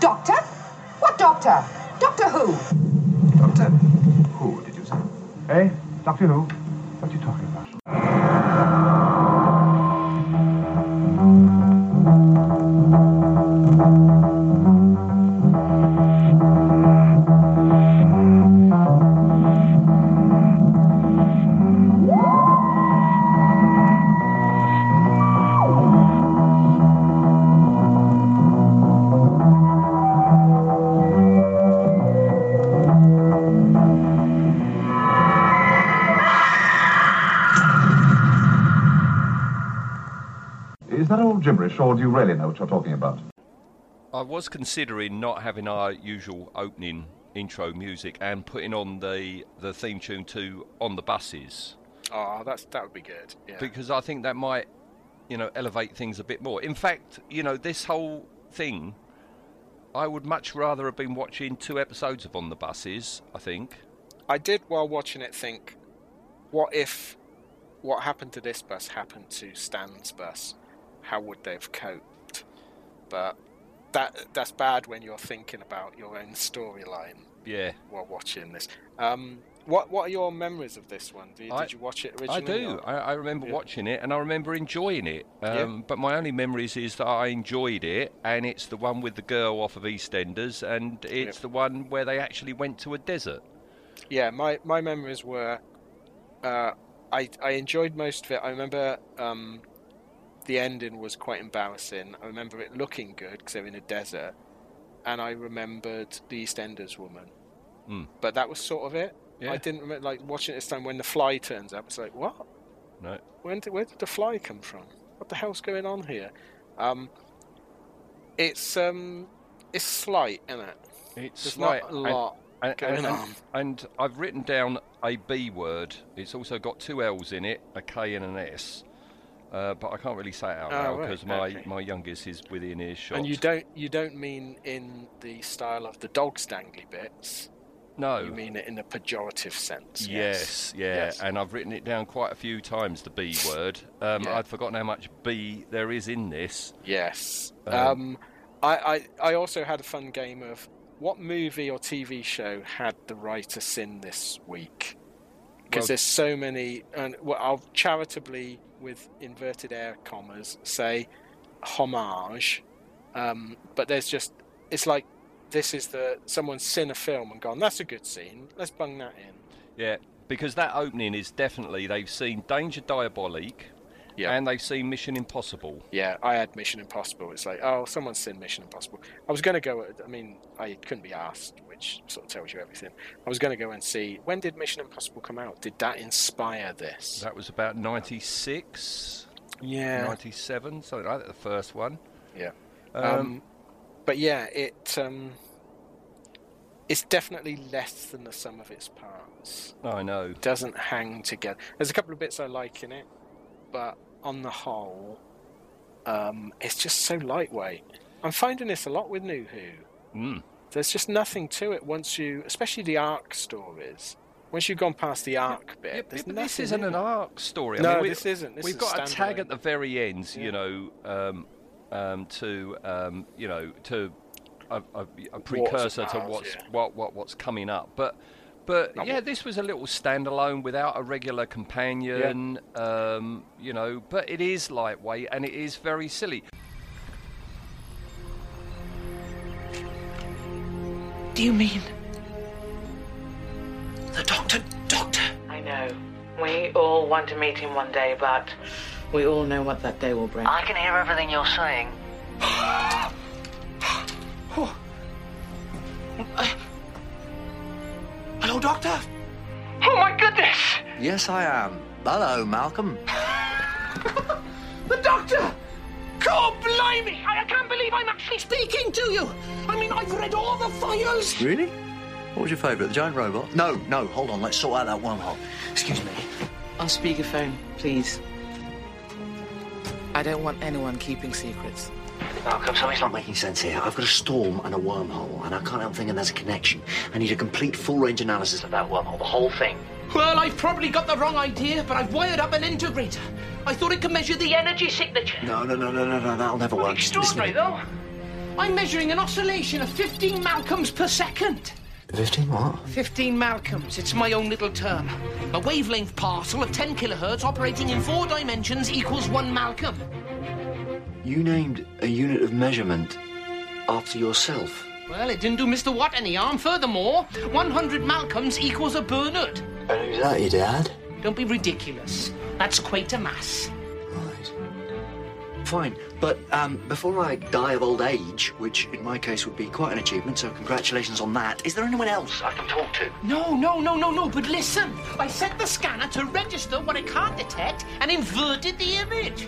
Doctor? What doctor? Doctor who? Doctor? Who did you say? Hey, Doctor Who? What are you talking about? Is that all gibberish, or do you really know what you're talking about? I was considering not having our usual opening intro music and putting on the, the theme tune to On the Buses Oh, that's that would be good. Yeah. because I think that might, you know, elevate things a bit more. In fact, you know, this whole thing, I would much rather have been watching two episodes of On the Buses, I think. I did while watching it think, what if what happened to this bus happened to Stan's bus? How would they have coped? But that that's bad when you're thinking about your own storyline Yeah. while watching this. Um, what what are your memories of this one? Did, I- did you watch it I originally? do. or- I, I remember Yeah. watching it and I remember enjoying it. Yeah. Um, But my only memories is that I enjoyed it, and it's the one with the girl off of EastEnders, and it's the one where they actually went to a desert. Yeah, my, my memories were, uh, I I enjoyed most of it. I remember um, the ending was quite embarrassing. I remember it looking good because they're in a desert, and I remembered the EastEnders woman. Mm. But that was sort of it. Yeah. I didn't remember like watching it this time when the fly turns up. It's like what? No. When did, where did the fly come from? What the hell's going on here? Um, it's um, it's slight, isn't it? It's There's like not a lot. and, going and- on. and I've written down a B word. It's also got two L's in it, a K and an S. Uh, but I can't really say it out Oh, loud right, because my, okay. my youngest is within earshot. And you don't you don't mean in the style of the dog dangly bits. No. You mean it in a pejorative sense. Oh. Yes, yeah, Yes. and I've written it down quite a few times. The B word. Um, Yeah. I'd forgotten how much B there is in this. Yes. Um, Um, I, I I also had a fun game of what movie or TV show had the writer sin this week? Because Well- there's so many, and well, I'll charitably, with inverted air commas, say homage, um, but there's just it's like this is the someone's seen a film and gone that's a good scene let's bung that in Yeah, because that opening is definitely they've seen Danger Diabolique, Yeah. and they've seen Mission Impossible. Yeah, I had Mission Impossible. It's like, oh, someone's seen Mission Impossible. I was going to go. I mean, I couldn't be asked, which sort of tells you everything. I was going to go and see when did Mission Impossible come out? Did that inspire this? That was about 96, yeah, 97, something like that. The first one. yeah. Um, Um, but yeah, it um, it's definitely less than the sum of its parts. I know. doesn't hang together. There's a couple of bits I like in it, but on the whole, um, it's just so lightweight. I'm finding this a lot with New Who. Mm. There's just nothing to it once you, especially the arc stories. Once you've gone past the arc bit, Yeah, there's but this nothing isn't in an it. arc story. No, I mean, we, this isn't. This we've is got a tag standalone. at the very end, Yeah. you know, um, um, to um, you know to a, a, a precursor to Mars, what's yeah. what, what what's coming up. But but Not yeah, what- this was a little standalone without a regular companion, um, you know. But it is lightweight and it is very silly. Do you mean? The doctor, doctor. I know. We all want to meet him one day, but we all know what that day will bring. I can hear everything you're saying. Hello, doctor. Oh my goodness! Yes, I am. Hello, Malcolm. The doctor! God blimey! I, I can't believe I'm actually speaking to you! I mean, I've read all the files! Really? What was your favourite? The giant robot? No, no. Hold on. Let's sort out that wormhole. Excuse me. On speakerphone, please. I don't want anyone keeping secrets. Malcolm, something's not making sense here. I've got a storm and a wormhole, and I can't help thinking there's a connection. I need a complete full range analysis of that wormhole, the whole thing. Well, I've probably got the wrong idea, but I've wired up an integrator. I thought it could measure the energy signature. No, no, no, no, no, no. That'll never work. Listen to me. Extraordinary, though. I'm measuring an oscillation of 15 malcoms per second. 15 what? 15 malcoms, it's my own little term. A wavelength parcel of 10 kilohertz operating in four dimensions equals one malcom. You named a unit of measurement after yourself. Well, it didn't do Mr. Watt any harm. Furthermore, 100 malcoms equals a Bernard. And is that your dad? Don't be ridiculous. That's quite a mass. Right. Fine, but um, before I die of old age, which in my case would be quite an achievement, so congratulations on that. Is there anyone else I can talk to? No, no, no, no, no, but listen. I set the scanner to register what it can't detect and inverted the image.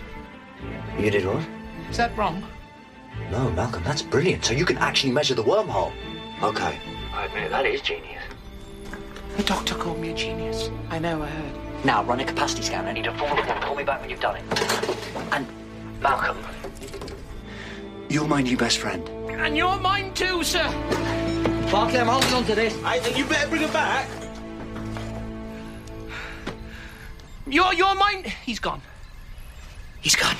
You did what? Is that wrong? No, Malcolm, that's brilliant. So you can actually measure the wormhole. Okay. I admit that is genius. The doctor called me a genius. I know, I heard. Now run a capacity scan. I need a full report. Call me back when you've done it. And Malcolm, you're my new best friend. And you're mine too, sir. Barclay, I'm holding on to this. You're, you're mine. He's gone. He's gone.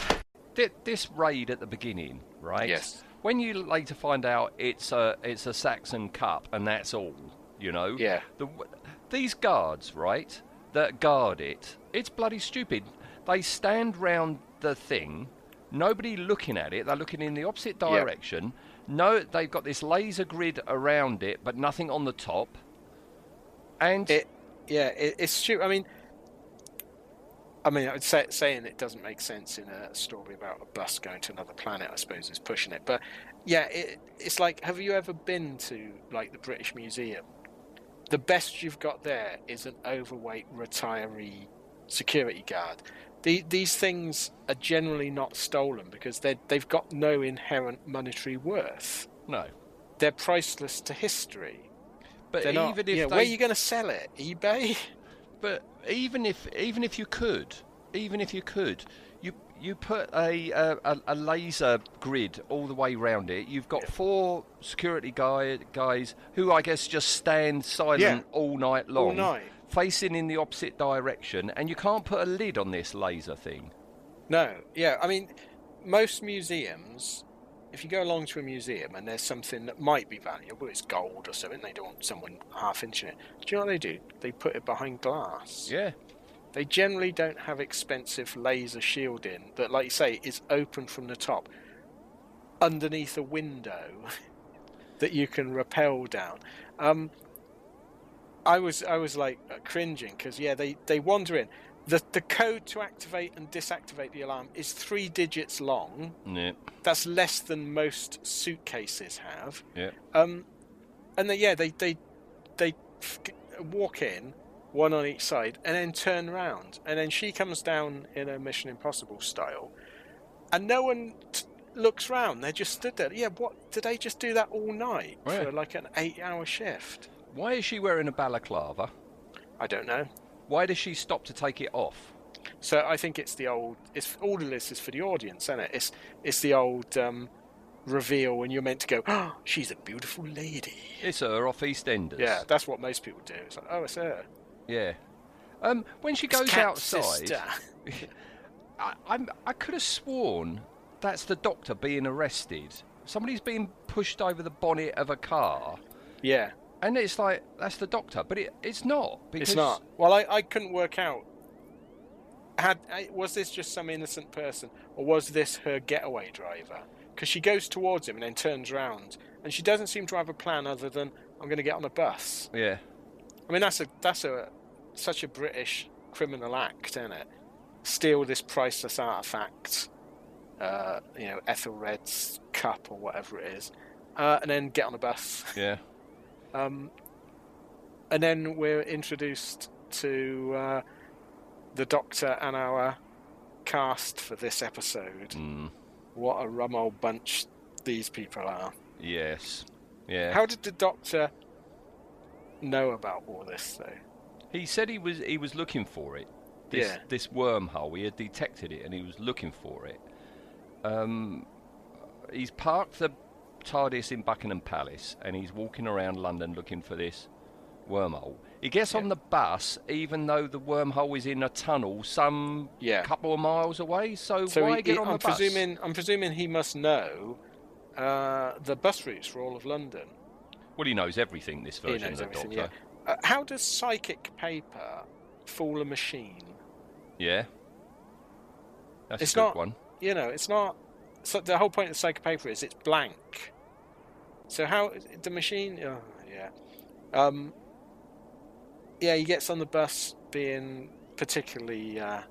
Thi- this raid at the beginning, right? Yes. When you later find out it's a it's a Saxon cup and that's all, you know. Yeah. The, w- these guards, right, that guard it, it's bloody stupid. They stand round the thing, nobody looking at it. They're looking in the opposite direction. No, they've got this laser grid around it, but nothing on the top. And It, yeah, it, it's stupid. I mean, I mean, I'd say, saying it doesn't make sense in a story about a bus going to another planet, I suppose, is pushing it. But yeah, it, it's like, have you ever been to like the British Museum? The best you've got there is an overweight retiree security guard. The, these things are generally not stolen because they they've got no inherent monetary worth. no, They're priceless to history. but They're even not, if yeah, they where are you going to sell it? eBay. But even if even if you could, even if you could, you you put a a, a- a laser grid all the way round it. You've got four security guy, guys who I guess just stand silent all night long, night. facing in the opposite direction, and you can't put a lid on this laser thing. No, yeah, I mean, most museums, if you go along to a museum and there's something that might be valuable, it's gold or something, they don't want someone half inching it. Do you know what they do? They put it behind glass. Yeah, They generally don't have expensive laser shielding that, like you say, is open from the top underneath a window that you can rappel down. Um, I was I was like uh, cringing because yeah, they they wander in. The, the code to activate and disactivate the alarm is three digits long. yeah, That's less than most suitcases have. yeah. Um, and then yeah, they they they f- walk in, one on each side, and then turn round, and then she comes down in a Mission Impossible style, and no one t- looks round. They just stood there. Yeah, what did they just do that all night Oh, Yeah. for like an eight-hour shift? Why is she wearing a balaclava? I don't know. Why does she stop to take it off? So I think it's the old. It's all of this is for the audience, isn't it? It's it's the old um, reveal when you're meant to go. Oh, she's a beautiful lady. It's her off EastEnders. Yeah, that's what most people do. It's like, oh, it's her. yeah. Um, when she It's goes Cat's outside. sister. I, I'm, I could have sworn that's the doctor being arrested. Somebody's being pushed over the bonnet of a car, Yeah, and it's like that's the doctor, but it, it's not. Because it's not. Well, I, I couldn't work out. Had I, was this just some innocent person, or was this her getaway driver? Because she goes towards him and then turns round, and she doesn't seem to have a plan other than I'm going to get on a bus. Yeah, I mean, that's a that's a such a British criminal act, isn't it? Steal this priceless artifact, uh, you know, Ethelred's cup or whatever it is, uh, and then get on a bus. yeah, Um, and then we're introduced to uh, the Doctor and our cast for this episode. What a rum old bunch these people are. yes, yeah. How did the Doctor know about all this, though? he said he was he was looking for it. This, Yeah. this wormhole, he had detected it, and he was looking for it. Um, he's parked the TARDIS in Buckingham Palace, and he's walking around London looking for this wormhole. He gets on the bus, even though the wormhole is in a tunnel some Yeah. couple of miles away. So, So why he- get he- on the I'm bus? presuming I'm presuming he must know uh, the bus routes for all of London. Well, he knows everything. This He version knows of the everything, Doctor. yeah. Uh, how does psychic paper fool a machine? Yeah. That's It's a good not- one. You know, it's not. So the whole point of psychic paper is it's blank. So how the machine? Oh, yeah. Um, yeah, he gets on the bus being particularly uh,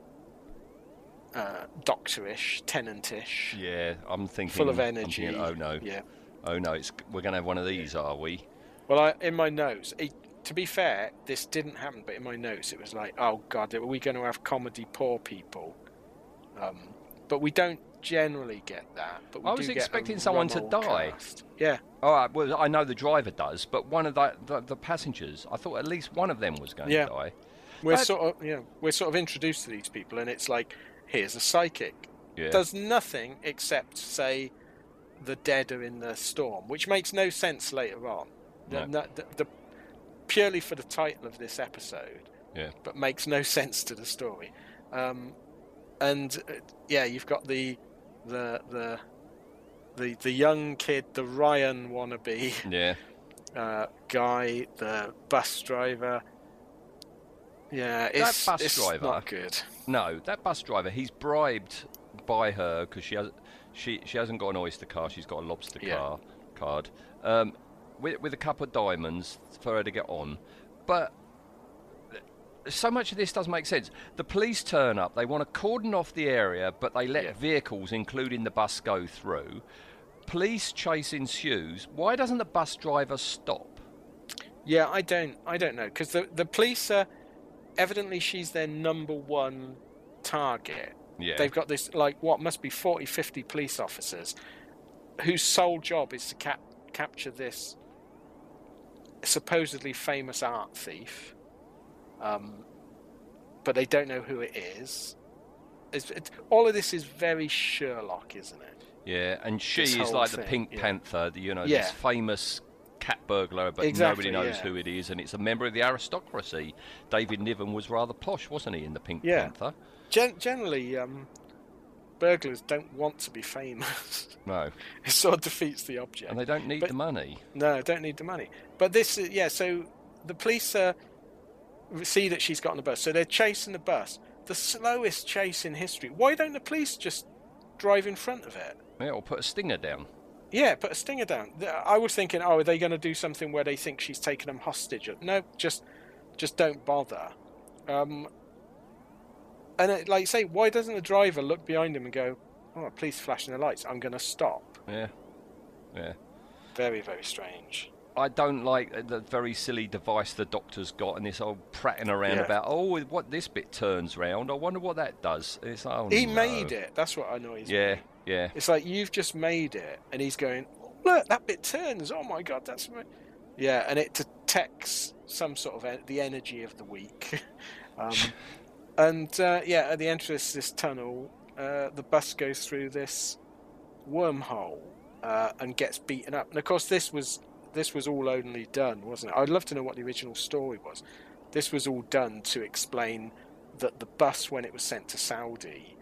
uh, doctorish, tenantish, Yeah, I'm thinking. full of I'm energy. thinking, oh no. Yeah. Oh no. It's we're gonna have one of these, are we? Well, I, in my notes, it, to be fair, this didn't happen, but in my notes, it was like, oh god, are we going to have comedy poor people? Um, but we don't generally get that. But we I was do get a expecting someone to rummel die. cast. Yeah, All right. Well, I know the driver does, but one of the the, the passengers, I thought at least one of them was going Yeah. to die. we're But- sort of yeah, we're sort of introduced to these people, and it's like, here's a psychic. Yeah. Does nothing except say, the dead are in the storm, which makes no sense later on. The- No. the- the- purely for the title of this episode. Yeah. but makes no sense to the story. Um, and uh, yeah, you've got the the the the the young kid, the Ryan wannabe Yeah. uh, guy, the bus driver. Yeah, it's, bus it's driver. not good. No, that bus driver. He's bribed by her because she has she she hasn't got an oyster car. She's got a lobster Yeah. car card um, with with a couple of diamonds for her to get on. But th- so much of this doesn't make sense. The police turn up. They want to cordon off the area, but they let Yeah. vehicles, including the bus, go through. Police chase ensues. Why doesn't the bus driver stop? Yeah, I don't, I don't know, because the the police are evidently she's their number one target. Yeah. They've got this like what must be 40, 50 police officers whose sole job is to cap- capture this supposedly famous art thief, um, but they don't know who it is. It's, it, all of this is very Sherlock, isn't it? Yeah, and she this is whole like the thing, Pink yeah. Panther, the, you know, Yeah. this famous cat burglar, but nobody Exactly, knows yeah. who it is, and it's a member of the aristocracy. David Niven was rather posh, wasn't he, in the Pink Yeah. Panther? Gen- generally, um, burglars don't want to be famous. No, it sort of defeats the object. and they don't need But- the money. No, I don't need the money. But this, is- yeah. So the police uh, see that she's got on the bus, so they're chasing the bus. The slowest chase in history. Why don't the police just drive in front of it? Yeah, or put a stinger down. Yeah, put a stinger down. Th- I was thinking, oh, are they going to do something where they think she's taken them hostage? No, just, just don't bother. Um, and it, like you say, why doesn't the driver look behind him and go, "Oh, police flashing their lights. I'm going to stop." Yeah, yeah. Very, very strange. I don't like the very silly device the doctor's got, and this old pratting around Yeah. about, oh, what this bit turns round, I wonder what that does. It's like, oh, He no. made it. That's what annoys me. Yeah, yeah. It's like you've just made it, and he's going, "Oh, "Look, that bit turns. Oh my god, that's my... yeah." And it detects some sort of en- the energy of the week, um, and uh, yeah, at the entrance to this tunnel, uh, the bus goes through this wormhole uh, and gets beaten up. And of course, this was this was all only done, wasn't it? I'd love to know what the original story was. This was all done to explain that the bus, when it was sent to Saudi,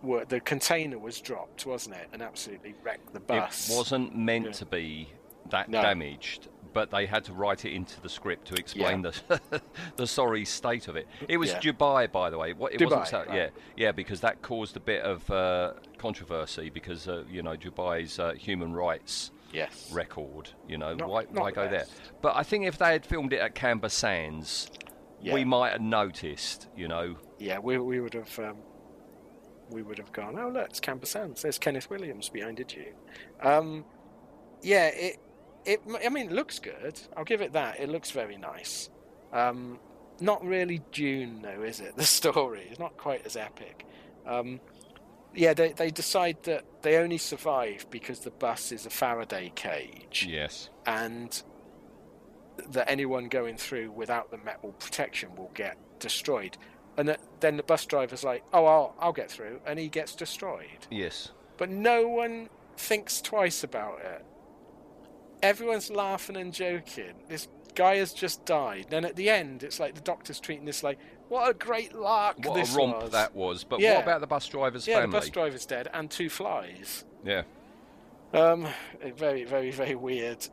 were, the container was dropped, wasn't it, and absolutely wrecked the bus. It wasn't meant Yeah. to be that No. damaged, but they had to write it into the script to explain the the sorry state of it. It was Yeah. Dubai, by the way. What, it wasn't Dubai, Sa- right. yeah, yeah, because that caused a bit of uh, controversy because uh, you know Dubai's uh, human rights Yes. record. You know, Not- why not why the go there? best. But I think if they had filmed it at Canberra Sands, we Yeah. might have noticed. You know, Yeah, we, we would have um, we would have gone. Oh look, it's Camper Sands. There's Kenneth Williams behind a dune. Um, yeah, it it. I mean, it looks good. I'll give it that. It looks very nice. Um, not really Dune though, is it? The story is not quite as epic. Um, yeah, they they decide that they only survive because the bus is a Faraday cage yes, and that anyone going through without the metal protection will get destroyed. And th- then the bus driver's like, "Oh, I'll I'll get through," and he gets destroyed. yes. But no one thinks twice about it. Everyone's laughing and joking. This guy has just died. Then at the end, it's like the doctor's treating this like, "What a great lark What this a romp was." that was! But Yeah. what about the bus driver's yeah, family? the bus driver's dead and two flies. yeah. Um, very, very, very weird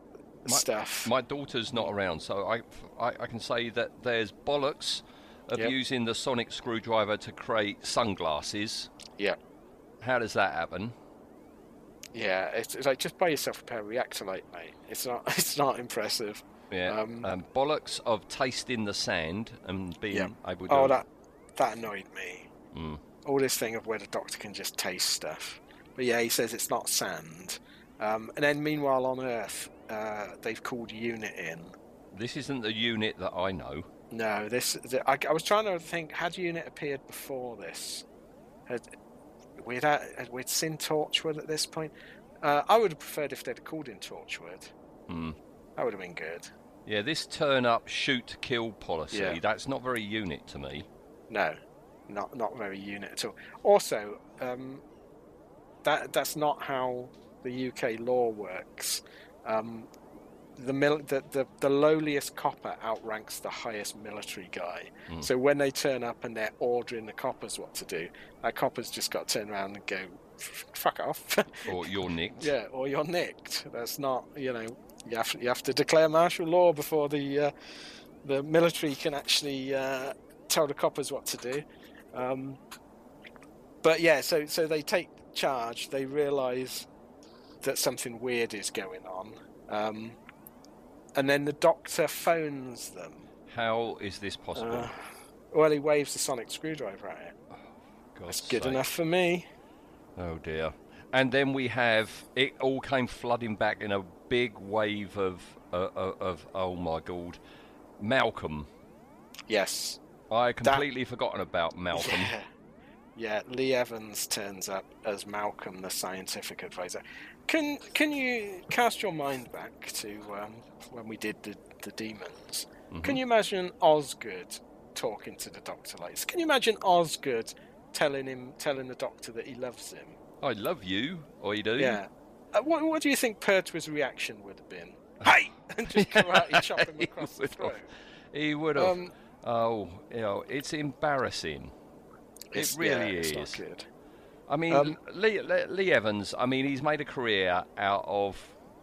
My- stuff. My daughter's not around, so I, I, I can say that there's bollocks of Yep. using the sonic screwdriver to create sunglasses. yeah, How does that happen? yeah. It's, it's like just buy yourself a pair of Reactolite, mate. It's not, it's not impressive. Yeah. Um, Um, bollocks of tasting the sand and being Yeah. able to. Oh, that that annoyed me. Mm. All this thing of where the doctor can just taste stuff. But yeah, he says it's not sand. Um, and then meanwhile on Earth, uh, they've called Unit in. This isn't the unit that I know. No, this. The, I, I was trying to think. Had Unit appeared before this? Had we'd had, had we'd seen Torchwood at this point? Uh, I would have preferred if they'd called in Torchwood. Hmm. That would have been good. Yeah, this turn up, shoot, kill policy, Yeah. that's not very unit to me. No, not not very unit at all. Also, um, that that's not how the UK law works. Um, the, mil- the, the the lowliest copper outranks the highest military guy. So when they turn up and they're ordering the coppers what to do, that copper's just got to turn around and go, "F- "Fuck off." Or you're nicked. Yeah, or you're nicked. That's not, you know, you have you have to declare martial law before the uh, the military can actually uh, tell the coppers what to do. Um, but yeah, so so they take charge. They realise that something weird is going on, um, and then the doctor phones them. How is this possible? Uh, well, he waves the sonic screwdriver at it. God's That's good sake. enough for me. Oh dear. And then we have it all came flooding back in a big wave of uh, uh, of oh my god, Malcolm. Yes. I had completely forgotten about Malcolm. Yeah. Yeah, Lee Evans turns up as Malcolm, the scientific advisor. Can can you cast your mind back to um, when we did the, the demons? Mm-hmm. Can you imagine Osgood talking to the doctor like this? Can you imagine Osgood telling him telling the doctor that he loves him? I love you, or you do. Yeah. Uh, what, what do you think Pertwa's reaction would have been? Hey! and just karate chop him He across the would have. throat. He would have. Um, oh, you know, it's embarrassing. It's- it yeah, really it's is. not good. I mean, Um, Lee, Lee, Lee Evans. I mean, he's made a career out of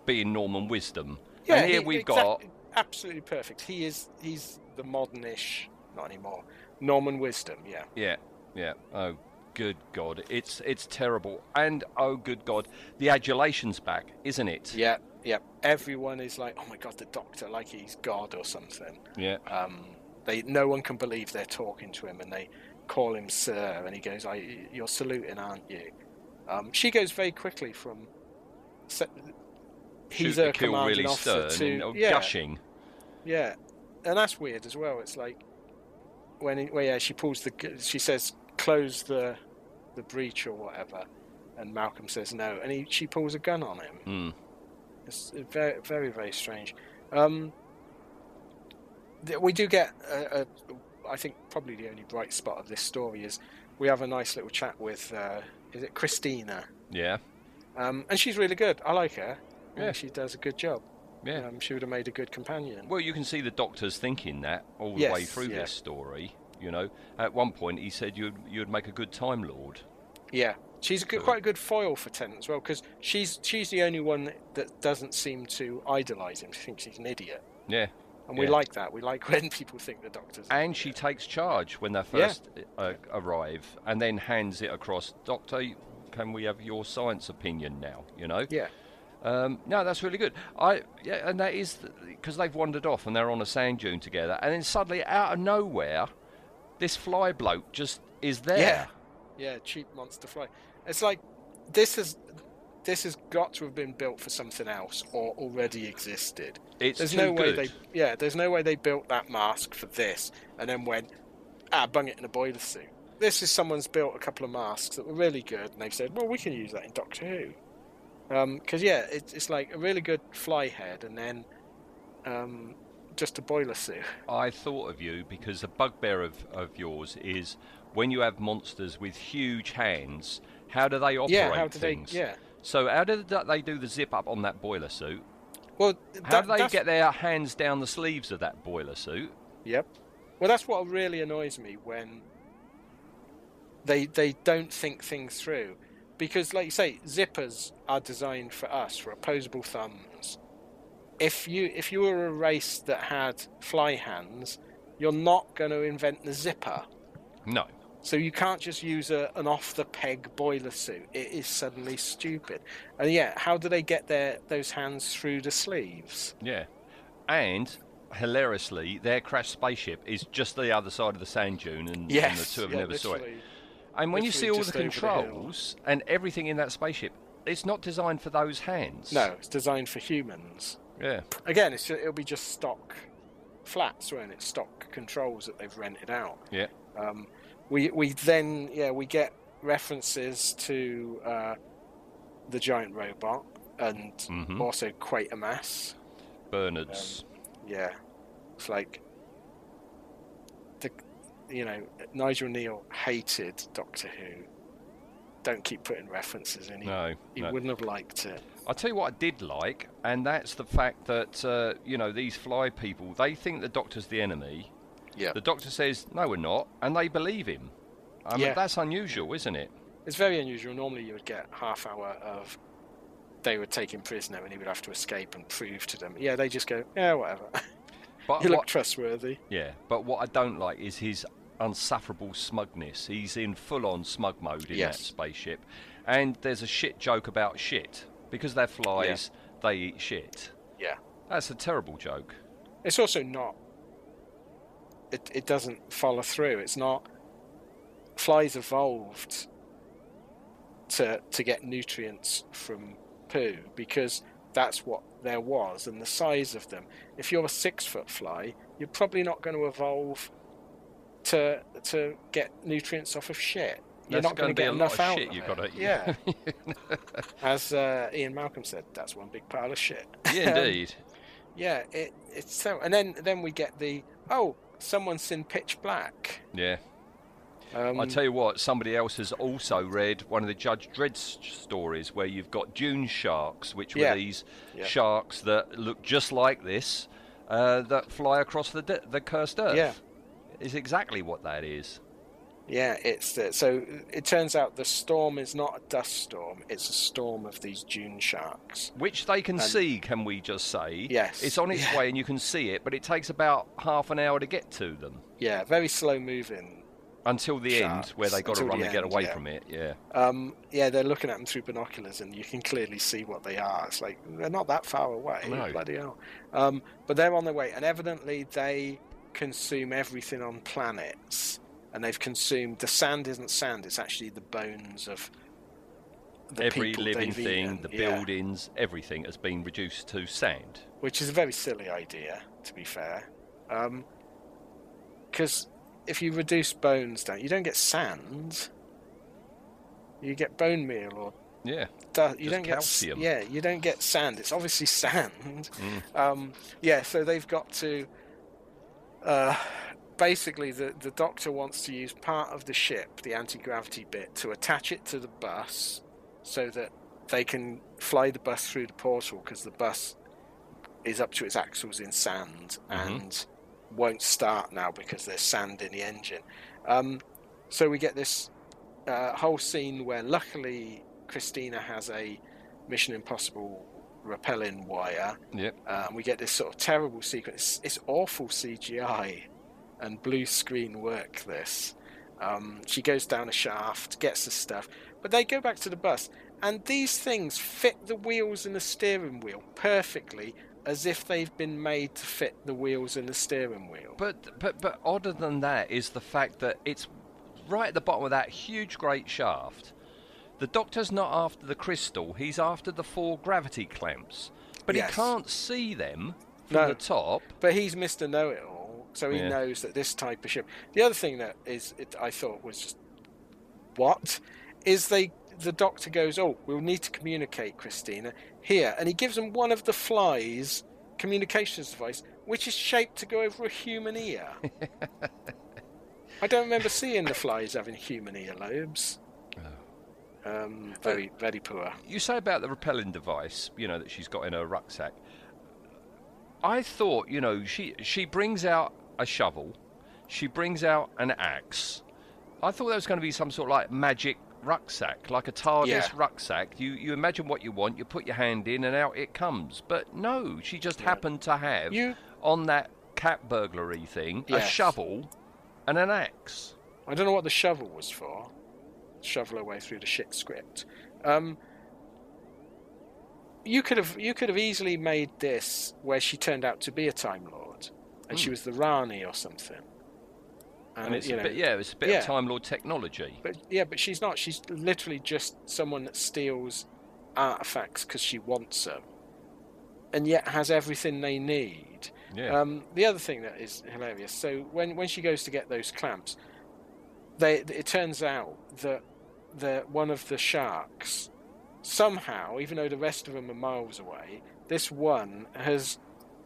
being Norman Wisdom, and here he- we've exact- got absolutely perfect. He is he's the modernish, not anymore. Norman Wisdom, yeah. Yeah, yeah. Oh, good God, it's it's terrible. And oh, good God, the adulation's back, isn't it? Yeah, yeah. Everyone is like, "Oh my god, the doctor like he's god or something." Yeah. Um they no one can believe they're talking to him and they call him sir and he goes, "I you're saluting, aren't you?" Um she goes very quickly from se- Shoot he's the a kill commanding really officer stern to and oh, yeah, gushing. Yeah, and that's weird as well. It's like when it, well, yeah, she pulls the she says close the the breach or whatever, and Malcolm says no, and he, she pulls a gun on him. Hmm. It's very very very strange. Um, th- we do get a, a, I think probably the only bright spot of this story is we have a nice little chat with uh, is it Christina, Yeah. um, and she's really good. I like her. Yeah. Yeah, she does a good job. Yeah. Um, she would have made a good companion. Well, you can see the doctor's thinking that all the way Yes, through yeah. this story. You know, at one point he said you'd you'd make a good time lord. Yeah, she's a good, quite a good foil for Tennant as well because she's she's the only one that doesn't seem to idolise him. She thinks he's an idiot, Yeah. and we Yeah. like that. We like when people think the Doctor's. an And she idiot. takes charge when they first uh, arrive, and then hands it across. Doctor, can we have your science opinion now? You know. yeah, Um, no, that's really good. I yeah, and that is because they've wandered off and they're on a sand dune together, and then suddenly out of nowhere, this fly bloke just is there. yeah, yeah. Cheap monster fly. It's like this is this has got to have been built for something else or already existed. It's there's too no good. way they yeah. There's no way they built that mask for this and then went ah bung it in a boiler suit. This is someone's built a couple of masks that were really good, and they've said, well, we can use that in Doctor Who. Because yeah, it's it's like a really good fly head, and then um, just a boiler suit. I thought of you because a bugbear of, of yours is when you have monsters with huge hands. How do they operate Yeah, how do they- things? yeah. So how did th- they do the zip up on that boiler suit? Well, How that- do they that's- get their hands down the sleeves of that boiler suit? Yep. Well, that's what really annoys me when they they don't think things through. because like you say zippers are designed for us for opposable thumbs if you if you were a race that had fly hands you're not going to invent the zipper No. so you can't just use a, an off the peg boiler suit it is suddenly stupid and yeah how do they get their those hands through the sleeves Yeah. And hilariously, their crashed spaceship is just the other side of the sand dune, and, and the yes two of them yeah, never saw it. literally. And when you see literally all the just over the hill. controls and everything in that spaceship, it's not designed for those hands. no it's designed for humans Yeah. again, it's ju- it'll be just stock flats, won't it? Stock controls that they've rented out. Yeah. Um, we we then yeah we get references to uh, the giant robot and Mhm. also Quatermass. Bernards. Um, Yeah, it's like the you know Nigel Neal hated Doctor Who. Don't keep putting references in. He, no. he no. wouldn't have liked it. I'll tell you what I did like, and that's the fact that, uh, you know, these fly people, they think the doctor's the enemy. Yeah. The doctor says, no, we're not, and they believe him. I mean, Yeah. that's unusual, isn't it? It's very unusual. Normally, you would get half hour of they would take him prisoner and he would have to escape and prove to them. Yeah, they just go, yeah, whatever. But you look what- trustworthy. Yeah, but what I don't like is his unsufferable smugness. He's in full on smug mode in Yes. that spaceship. And there's a shit joke about shit. Because they're flies, they eat shit. Yeah. That's a terrible joke. It's also not. It it doesn't follow through. It's not. Flies evolved to to get nutrients from poo because that's what there was and the size of them. If you're a six foot fly, you're probably not going to evolve to to get nutrients off of shit. You're That's not gonna going to get be a enough lot of out. shit of you've it. got to eat. Yeah. As uh, Ian Malcolm said, that's one big pile of shit. yeah, indeed. Yeah, it it's so, and then then we get the oh, someone's in pitch black. Yeah. Um, I tell you what, somebody else has also read one of the Judge Dredd s- stories where you've got dune sharks, which were Yeah. these Yeah. sharks that look just like this, uh, that fly across the, d- the cursed earth. Yeah. Is exactly what that is. yeah, it's uh, so it turns out the storm is not a dust storm; it's a storm of these dune sharks. which they can see, can we just say? Yes. It's on its Yeah. way and you can see it, but it takes about half an hour to get to them Yeah, very slow moving. until the end where they Sharks, got to until run the and get end, away yeah. from it. Yeah. Um, yeah, they're looking at them through binoculars, and you can clearly see what they are. It's like they're not that far away. No. Bloody hell! Um, but they're on their way, and evidently they consume everything on planets, and they've consumed the sand. Isn't sand? It's actually the bones of the Every people living they've thing, eaten, the yeah. buildings, everything has been reduced to sand. which is a very silly idea, to be fair, because if you reduce bones down, you don't get sand. You get bone meal or Yeah. do- you Just don't get s- calcium. Mm. yeah you don't get sand it's obviously sand um, yeah so they've got to uh, basically the, the doctor wants to use part of the ship the anti-gravity bit to attach it to the bus so that they can fly the bus through the portal because the bus is up to its axles in sand Mm-hmm. and won't start now because there's sand in the engine um, so we get this uh, whole scene where luckily Christina has a Mission Impossible repelling wire, Yep. uh, and we get this sort of terrible sequence. It's, it's awful CGI and blue screen work. This um, she goes down a shaft, gets the stuff, but they go back to the bus, and these things fit the wheels and the steering wheel perfectly, as if they've been made to fit the wheels and the steering wheel. But but but odder than that is the fact that it's right at the bottom of that huge great shaft. The doctor's not after the crystal, he's after the four gravity clamps. But Yes. he can't see them from No. the top. But he's Mr. Know It All, so he Yeah. knows that this type of ship. The other thing that is, it, I thought was just what is they? The doctor goes, "Oh, we'll need to communicate, Christina, here," and he gives him one of the flies communications device, which is shaped to go over a human ear. I don't remember seeing the flies having human ear lobes. Um, very, very poor. you say about the repelling device, you know, that she's got in her rucksack. I thought, you know, she she brings out a shovel, she brings out an axe. I thought that was going to be some sort of like magic rucksack, like a TARDIS Yeah. rucksack. You you imagine what you want, you put your hand in, and out it comes. But no, she just happened to have You- on that cat burglary thing a Yes. shovel and an axe. I don't know what the shovel was for. Shovel her way through the shit script. Um, you could have you could have easily made this where she turned out to be a Time Lord, and she was the Rani or something. Hmm. And, And it- it's you a know, bit, yeah, it's a bit yeah. of Time Lord technology. But yeah, but she's not. She's literally just someone that steals artifacts because she wants them, and yet has everything they need. Yeah. Um, the other thing that is hilarious. So when when she goes to get those clamps, they it turns out that the one of the sharks somehow, even though the rest of them are miles away, this one has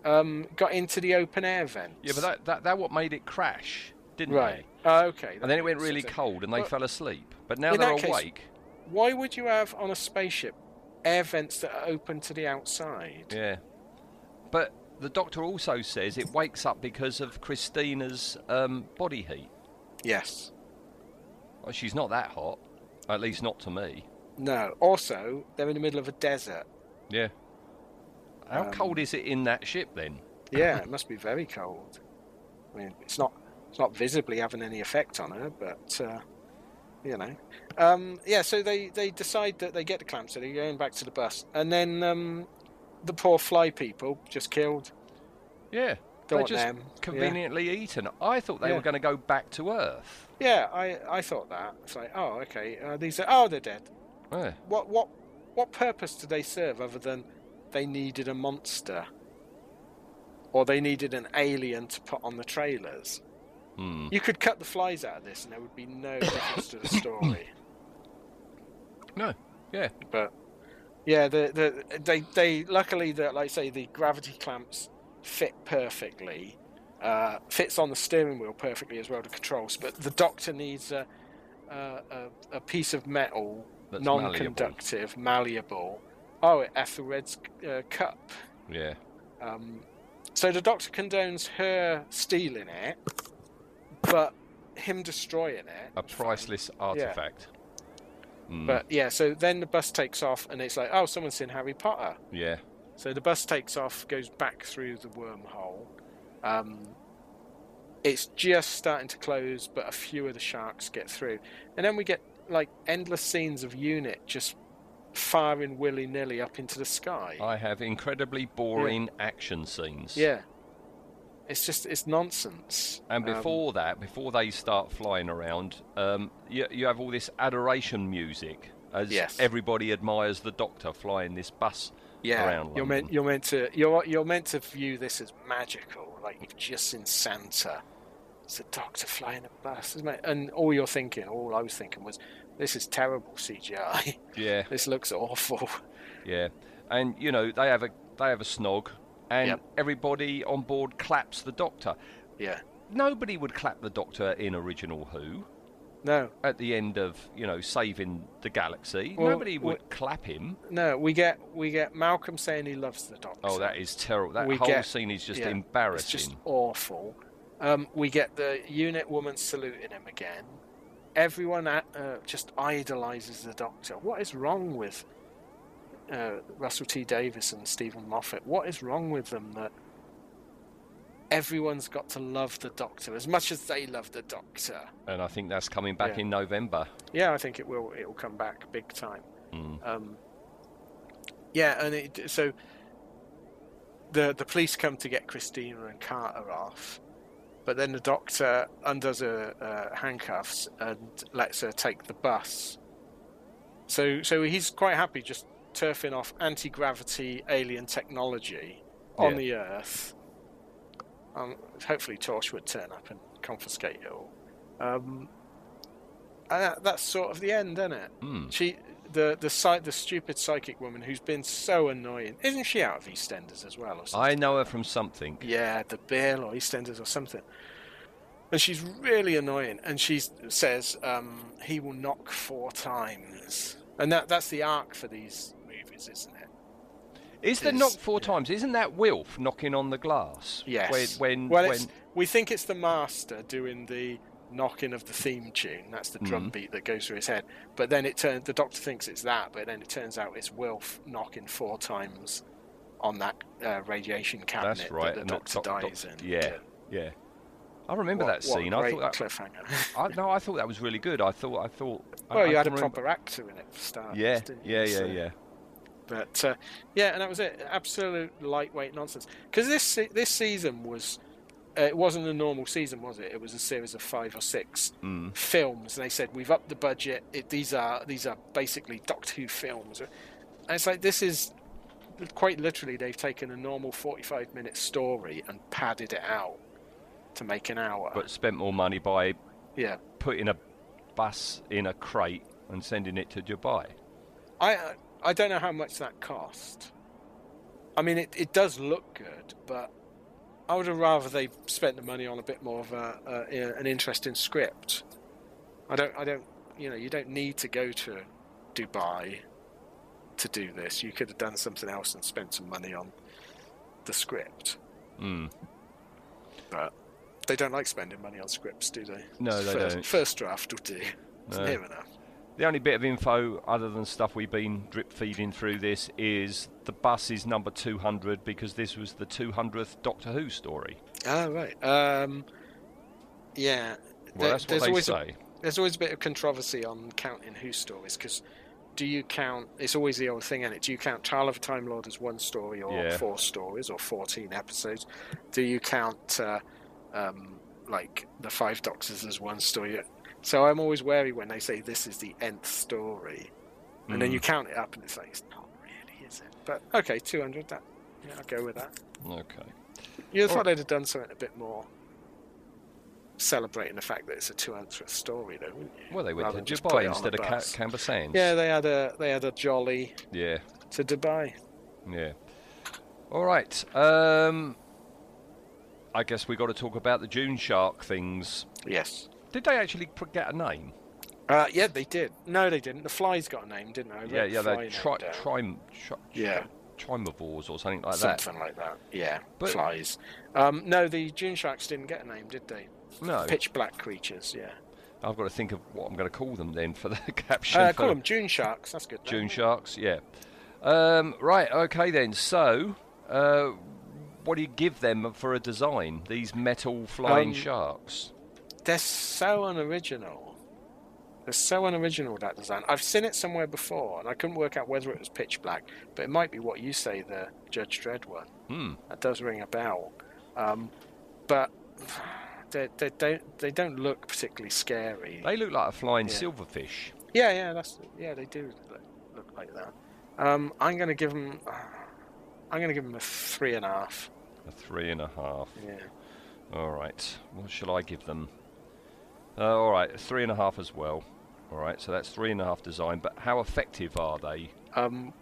um, got into the open air vents. Yeah, but that, that that what made it crash, didn't right. they? Oh, okay. And then it that went makes really sense. cold, and they But- fell asleep. But now in they're that case- awake. why would you have on a spaceship air vents that are open to the outside? Yeah. But the doctor also says it wakes up because of Christina's um, body heat. Yes. Well, she's not that hot, at least not to me. No. Also, they're in the middle of a desert. Yeah. How Um, cold is it in that ship then? Yeah, it must be very cold. I mean, it's not it's not visibly having any effect on her, but uh, you know, um, yeah. So they they decide that they get the clamps, so they're going back to the bus, and then um, the poor fly people just killed. Yeah. They're Don't want just them. Yeah. conveniently eaten. I thought they Yeah. were going to go back to Earth. Yeah, I I thought that. It's like, oh, okay, uh, these are oh, they're dead. Yeah. what what what purpose do they serve other than they needed a monster or they needed an alien to put on the trailers Hmm. you could cut the flies out of this and there would be no difference to the story No. Yeah. but yeah the, the they they luckily the like I say the gravity clamps fit perfectly uh, fits on the steering wheel perfectly as well to controls but the doctor needs a a, a, a piece of metal That's non-conductive malleable, oh it Ethelred's uh, cup Yeah. um, so the doctor condones her stealing it but him destroying it A priceless artifact. Hmm. but yeah so then the bus takes off and it's like oh someone's seen harry potter Yeah. So the bus takes off, goes back through the wormhole. Um, it's just starting to close, but a few of the sharks get through. And then we get like endless scenes of unit just firing willy nilly up into the sky. I have incredibly boring action scenes. Yeah. It's just, it's nonsense. And Um, before that, before they start flying around, um, you, you have all this adoration music as Yes. everybody admires the Doctor flying this bus yeah, around you're meant, London. you're meant to, you're, you're meant to view this as magical, like you've just seen Santa. It's the doctor flying a bus, isn't it? And all you're thinking, all I was thinking was, this is terrible CGI. Yeah, This looks awful. yeah. And you know they have a they have a snog, and Yep. everybody on board claps the Doctor. Yeah. Nobody would clap the Doctor in original Who No, at the end of you know saving the galaxy. Well, Nobody would w- clap him. no, we get we get Malcolm saying he loves the doctor. Oh, that is terrible. That We whole get- scene is just yeah, embarrassing. It's just awful. Um, we get the unit woman saluting him again. Everyone at, uh, just idolizes the doctor. What is wrong with uh, Russell T Davis and Stephen Moffat? What is wrong with them that everyone's got to love the doctor as much as they love the doctor? And I think that's coming back Yeah. in November. Yeah, I think it will. It will come back big time. Mm. Um, yeah, and it, so the the police come to get Christina and Carter off, but then the doctor undoes her uh, handcuffs and lets her take the bus. So so he's quite happy just turfing off anti gravity alien technology on Yeah. the Earth. Um, hopefully, Torch would turn up and confiscate it all. Um, and that, that's sort of the end, isn't it? Hmm. She, the the psy- the stupid psychic woman who's been so annoying. Isn't she out of EastEnders as well? Or something? I know her from something. Yeah, the Bill or EastEnders or something. And she's really annoying. And she says, um, "He will knock four times." And that that's the arc for these movies, isn't it? Is the is- knock four yeah. times? Isn't that Wilf knocking on the glass? Yes. When when well, when it's, we think it's the master doing the knocking of the theme tune. That's Mm-hmm. the drum beat that goes through his head. But then it turns. The doctor thinks it's that, but then it turns out it's Wilf knocking four times on that uh, radiation cabinet That's right. that and the that doctor doc- doc- dies in. yeah, yeah. I remember What- that what a scene. I great thought that, cliffhanger. I, no, I thought that was really good. I thought I thought. I- Well, I you had a can remember- proper actor in it for starters. Yeah, didn't you? yeah, yeah, So- yeah. But uh, yeah, and that was it. Absolute lightweight nonsense. Because this se- this season was, uh, it wasn't a normal season, was it? It was a series of five or six films, and they said we've upped the budget. It, these are these are basically Doctor Who films, and it's like this is quite literally they've taken a normal forty-five minute story and padded it out to make an hour. But spent more money by yeah, putting a bus in a crate and sending it to Dubai. I I don't know how much that cost. I mean, it, it does look good, but I would have rather they spent the money on a bit more of a, a an interesting script. I don't I don't you know you don't need to go to Dubai to do this. You could have done something else and spent some money on the script. Mm. But they don't like spending money on scripts, do they? No, they first, don't. First draft will do. It's No. near enough. The only bit of info, other than stuff we've been drip feeding through this, is the bus is number 200 because this was the 200th Doctor Who story. Ah, right. Um, yeah. Well, that's what they always a- say. there's always a bit of controversy on counting Who stories because do you count? It's always the old thing, and it? Do you count Trial of a Time Lord as one story or Yeah. four stories or fourteen episodes? Do you count uh, um, like the Five Doctors as one story? So I'm always wary when they say this is the nth story, and Hmm. then you count it up, and it's like it's not really, is it? But okay, two hundred. That yeah, I'll go with that. Okay. You thought they'd have done something a bit more celebrating the fact that it's a two-answer story, though, wouldn't you? Well, they went Rather than to just put Dubai it on instead a of Ca- bus. Canberra Sands. Yeah, they had a they had a jolly Yeah, to Dubai. yeah. All right. Um, I guess we got to talk about the June Shark things. Yes. Did they actually pr- get a name? Uh, yeah, they did. No, they didn't. The flies got a name, didn't they? I yeah, wrote yeah, fly uh, they're name tri- down. trim- tri- Yeah. trimivores or something like that. something like that. Yeah, But- flies. Um, no, the June sharks didn't get a name, did they? No, Pitch black creatures. Yeah. I've got to think of what I'm going to call them then for the caption. Uh, for call them June sharks. That's good. June sharks. Sharks. Yeah. Um, right. Okay then. So, uh, what do you give them for a design? These metal flying Um, sharks. They're so unoriginal. They're so unoriginal that design. I've seen it somewhere before, and I couldn't work out whether it was pitch black, but it might be what you say, the Judge Dredd one. Hmm. That does ring a bell. Um, but they, they don't they don't look particularly scary. They look like a flying Yeah. silverfish. Yeah, yeah, that's yeah. They do look, look like that. Um, I'm gonna give them. I'm gonna give them a three and a half. A three and a half. Yeah. All right. What shall I give them? Uh, all right, three and a half as well. All right, so that's three and a half design. But how effective are they? um,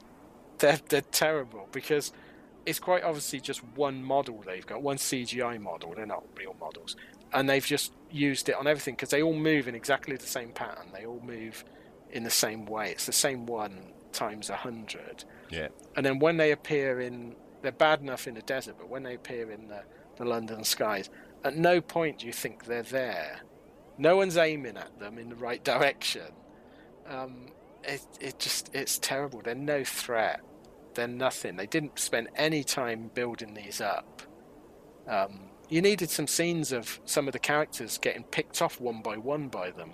they're they're terrible because it's quite obviously just one model they've got, one CGI model. They're not real models, and they've just used it on everything because they all move in exactly the same pattern. They all move in the same way. It's the same one times a hundred, Yeah. and then when they appear in, they're bad enough in the desert, but when they appear in the, the London skies, at no point do you think they're there. No one's aiming at them in the right direction. Um, it, it just it's terrible. They're no threat. They're nothing. They didn't spend any time building these up. Um, you needed some scenes of some of the characters getting picked off one by one by them.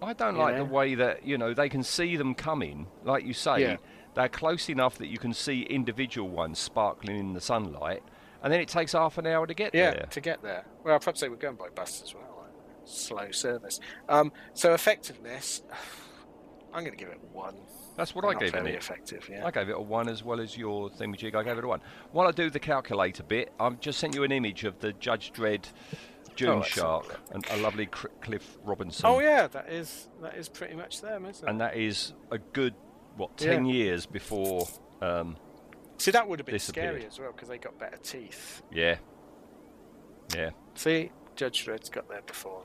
I don't You like know? the way that you know they can see them coming. Like you say, Yeah. they're close enough that you can see individual ones sparkling in the sunlight, and then it takes half an hour to get Yeah, there. to get there. Well, perhaps they were going by bus as well. Slow service. Um, so effectiveness, I'm going to give it one. That's what They're I not gave very it. effective. Yeah. I gave it a one as well as your thingamajig. I gave it a one. While I do the calculator bit, I've just sent you an image of the Judge Dredd June Oh, that's shark and a lovely Cr- Cliff Robinson. Oh yeah, that is that is pretty much them, isn't it? And that is a good, what, 10 Yeah. years before. Um, See, that would have been scary disappeared. as well because they got better teeth. yeah. Yeah. See, Judge Red's got there before.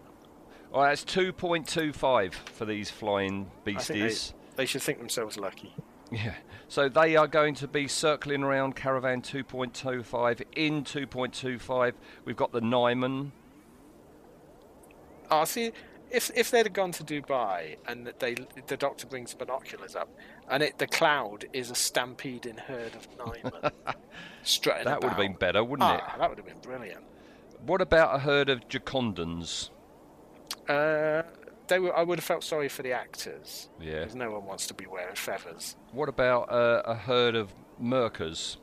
All right, that's 2.25 for these flying I think they, beasties. they should think themselves lucky. Yeah. So they are going to be circling around Caravan 2.25 in 2.25. We've got the Nyman. Oh, see, if if they'd have gone to Dubai and that they the doctor brings binoculars up, and it the cloud is a stampeding herd of nine strutting That would have about. been better, wouldn't Ah, that would have been brilliant. it? What about a herd of Jocondans? Uh, they were. I would have felt sorry for the actors. Yeah. 'cause no one wants to be wearing feathers. What about uh, a herd of Merkers?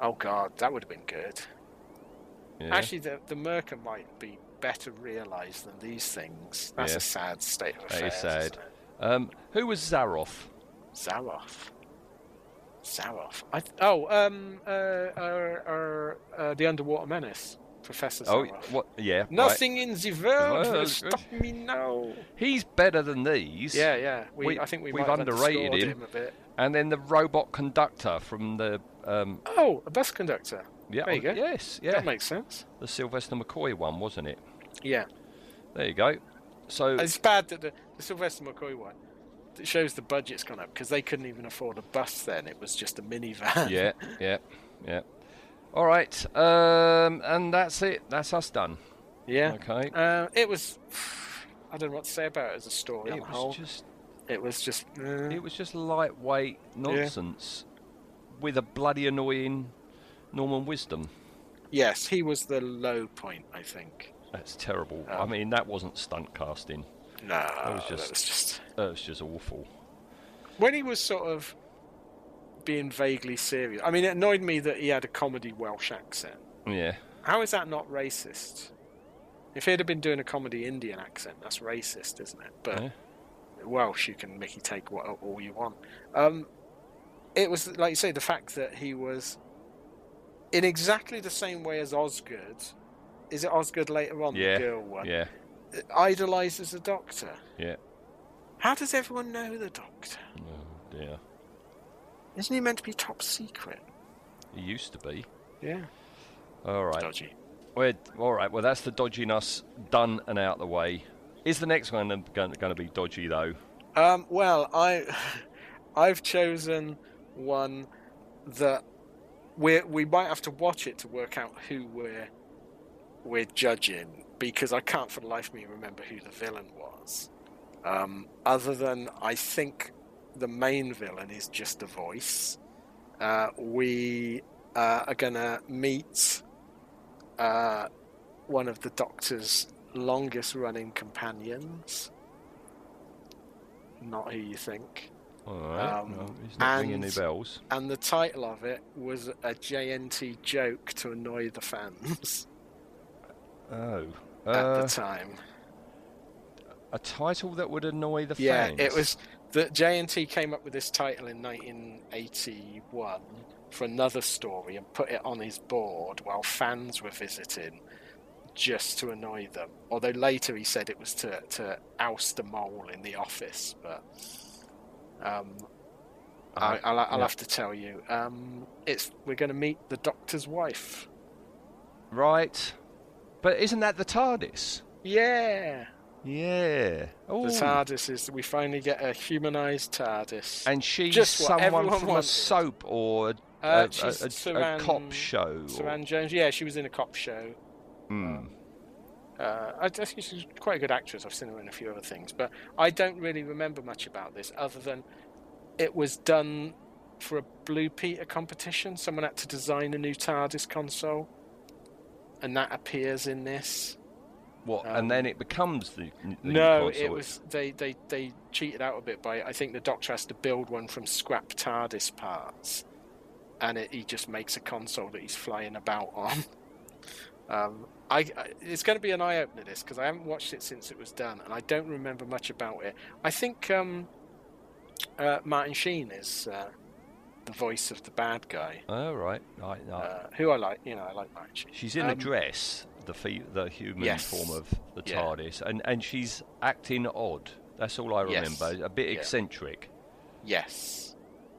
Oh God, that would have been good. Yeah. Actually, the the Merca might be better realised than these things. That's Yeah. a sad state of that affairs. is sad. isn't it? Um, who was Zaroff? Zaroff. Zaroff. I th- oh, um, uh, uh, uh, uh, the Underwater Menace, Professor Oh, Zaroff. what? Yeah. right. Oh, Nothing in the world will world, stop me now. He's better than these. Yeah, yeah. We, We- I think we we've might have underrated underscored him. a bit. And then the robot conductor from the. Um, Oh, a bus conductor. yeah. There you go. Yes. Yeah. That makes sense. The Sylvester McCoy one, wasn't it? Yeah. There you go. So It's bad that the, the Sylvester McCoy one it shows the budget's gone up because they couldn't even afford a bus then. It was just a minivan. yeah, yeah, yeah. All right, um, and that's it. That's us done. Yeah. Okay. Uh, it was. I don't know what to say about it as a story on It the whole. was just, It was just. uh, it was just lightweight nonsense with a bloody annoying Norman Wisdom. yes, he was the low point, I think. That's terrible. Oh. I mean, that wasn't stunt casting. No, that was just- just- That was just awful. when he was sort of being vaguely serious. I mean, it annoyed me that he had a comedy Welsh accent. Yeah, How is that not racist? If he'd have been doing a comedy Indian accent, that's racist, isn't it? But Yeah. Welsh, you can Mickey take what all you want. Um, it was like you say, the fact that he was in exactly the same way as Osgood. Is it Osgood later on? yeah, the girl one. yeah, Idolizes the Doctor. yeah. How does everyone know the Doctor? Oh dear, Isn't he meant to be top secret? he used to be. Yeah, All right. dodgy. We're, all right. Well, that's the dodginess done and out the way. Is the next one going to be dodgy though? Um, well, I, I've chosen one that we we might have to watch it to work out who we're we're judging because I can't for the life of me remember who the villain was. Um, other than I think the main villain is just the voice. Uh, we uh, are gonna meet uh, one of the Doctor's longest running companions. Not who you think. All right. Um, well, he's not ringing any and- bells. and the title of it was a JNT joke to annoy the fans Oh. at Uh, the time. a title that would annoy the Yeah, fans. it was that JNT came up with this title in 1981 for another story and put it on his board while fans were visiting just to annoy them. Although later he said it was to, to oust the mole in the office, but um, I, I'll, I'll Uh, yeah. have to tell you, um, it's we're going to meet the doctor's wife. right. But isn't that the TARDIS? Yeah. Yeah. Oh. The TARDIS is we finally get a humanized TARDIS. and she's Just what someone everyone from wanted. a soap or a, Uh, a- she's a- a- a Saran- cop show. or- Saran Jones, yeah, she was in a cop show. Um, Mm. Uh, I I think she's quite a good actress. I've seen her in a few other things, but I don't really remember much about this other than it was done for a Blue Peter competition. Someone had to design a new TARDIS console, and that appears in this. What? um, and then it becomes the. the no, consort. it was they, they they cheated out a bit by I think the Doctor has to build one from scrap TARDIS parts, and it, he just makes a console that he's flying about on. Um, I, I it's going to be an eye opener this because I haven't watched it since it was done, and I don't remember much about it. I think um, uh, Martin Sheen is uh, the voice of the bad guy, Oh right. right, right. uh, who I like. You know, I like Martin Sheen. she's in a um, dress, the fe- the human yes. form of the Yeah. TARDIS, and and she's acting odd. That's all I Yes. remember. A bit Yeah. eccentric. Yes,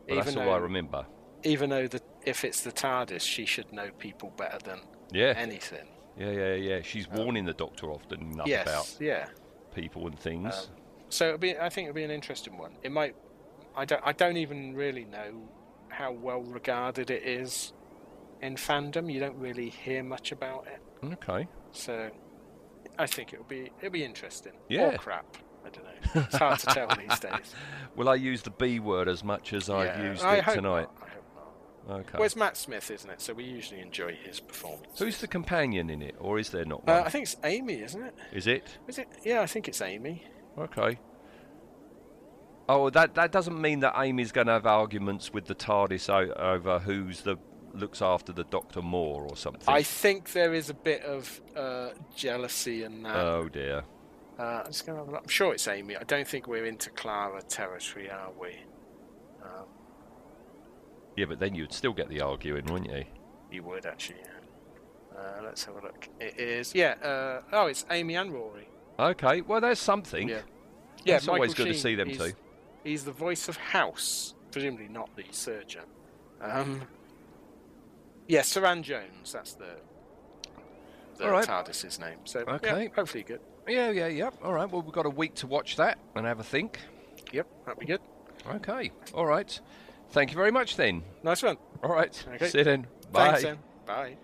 But that's all I remember. even though the, if it's the TARDIS, she should know people better than Yeah. anything. Yeah, yeah, yeah. She's warning the doctor often enough Um, yes, about yeah. people and things. So it'll be, I think it'll be an interesting one. It might. I don't. I don't even really know how well regarded it is Um, in fandom. You don't really hear much about it. okay. So I think it'll be it'll be interesting. Yeah. Or crap. I don't know. It's hard to tell these days. Will I use the B word as much as I've Yeah, used I it hope tonight? not, I hope not. Okay. Well, it's Matt Smith, isn't it? So we usually enjoy his performance. Who's the companion in it, or is there not one? Uh, I think it's Amy, isn't it? is it? Is it? Yeah, I think it's Amy. Okay. Oh, that that doesn't mean that Amy's going to have arguments with the TARDIS o- over who's the looks after the Doctor more or something. I think there is a bit of uh, jealousy in that. oh dear. Uh, I'm just gonna have a look. I'm sure it's Amy. I don't think we're into Clara territory, are we? Um, Yeah, but then you'd still get the arguing, wouldn't you? you would actually. Yeah. Uh, let's have a look. It is. Yeah. Uh, oh, it's Amy and Rory. Okay. Well, there's something. Yeah. Yeah. It's always Michael good to Sheen, see them he's- two. He's the voice of House, presumably not the surgeon. Um. Yeah, Saran Jones. That's the. The All right. TARDIS's name. So yeah, Okay. hopefully good. Yeah, yeah, yeah. All right. Well, we've got a week to watch that and have a think. Yep, that'd be good. Okay. All right. Thank you very much then. Nice one. All right. Okay. See you then. Bye. Thanks, then. Bye.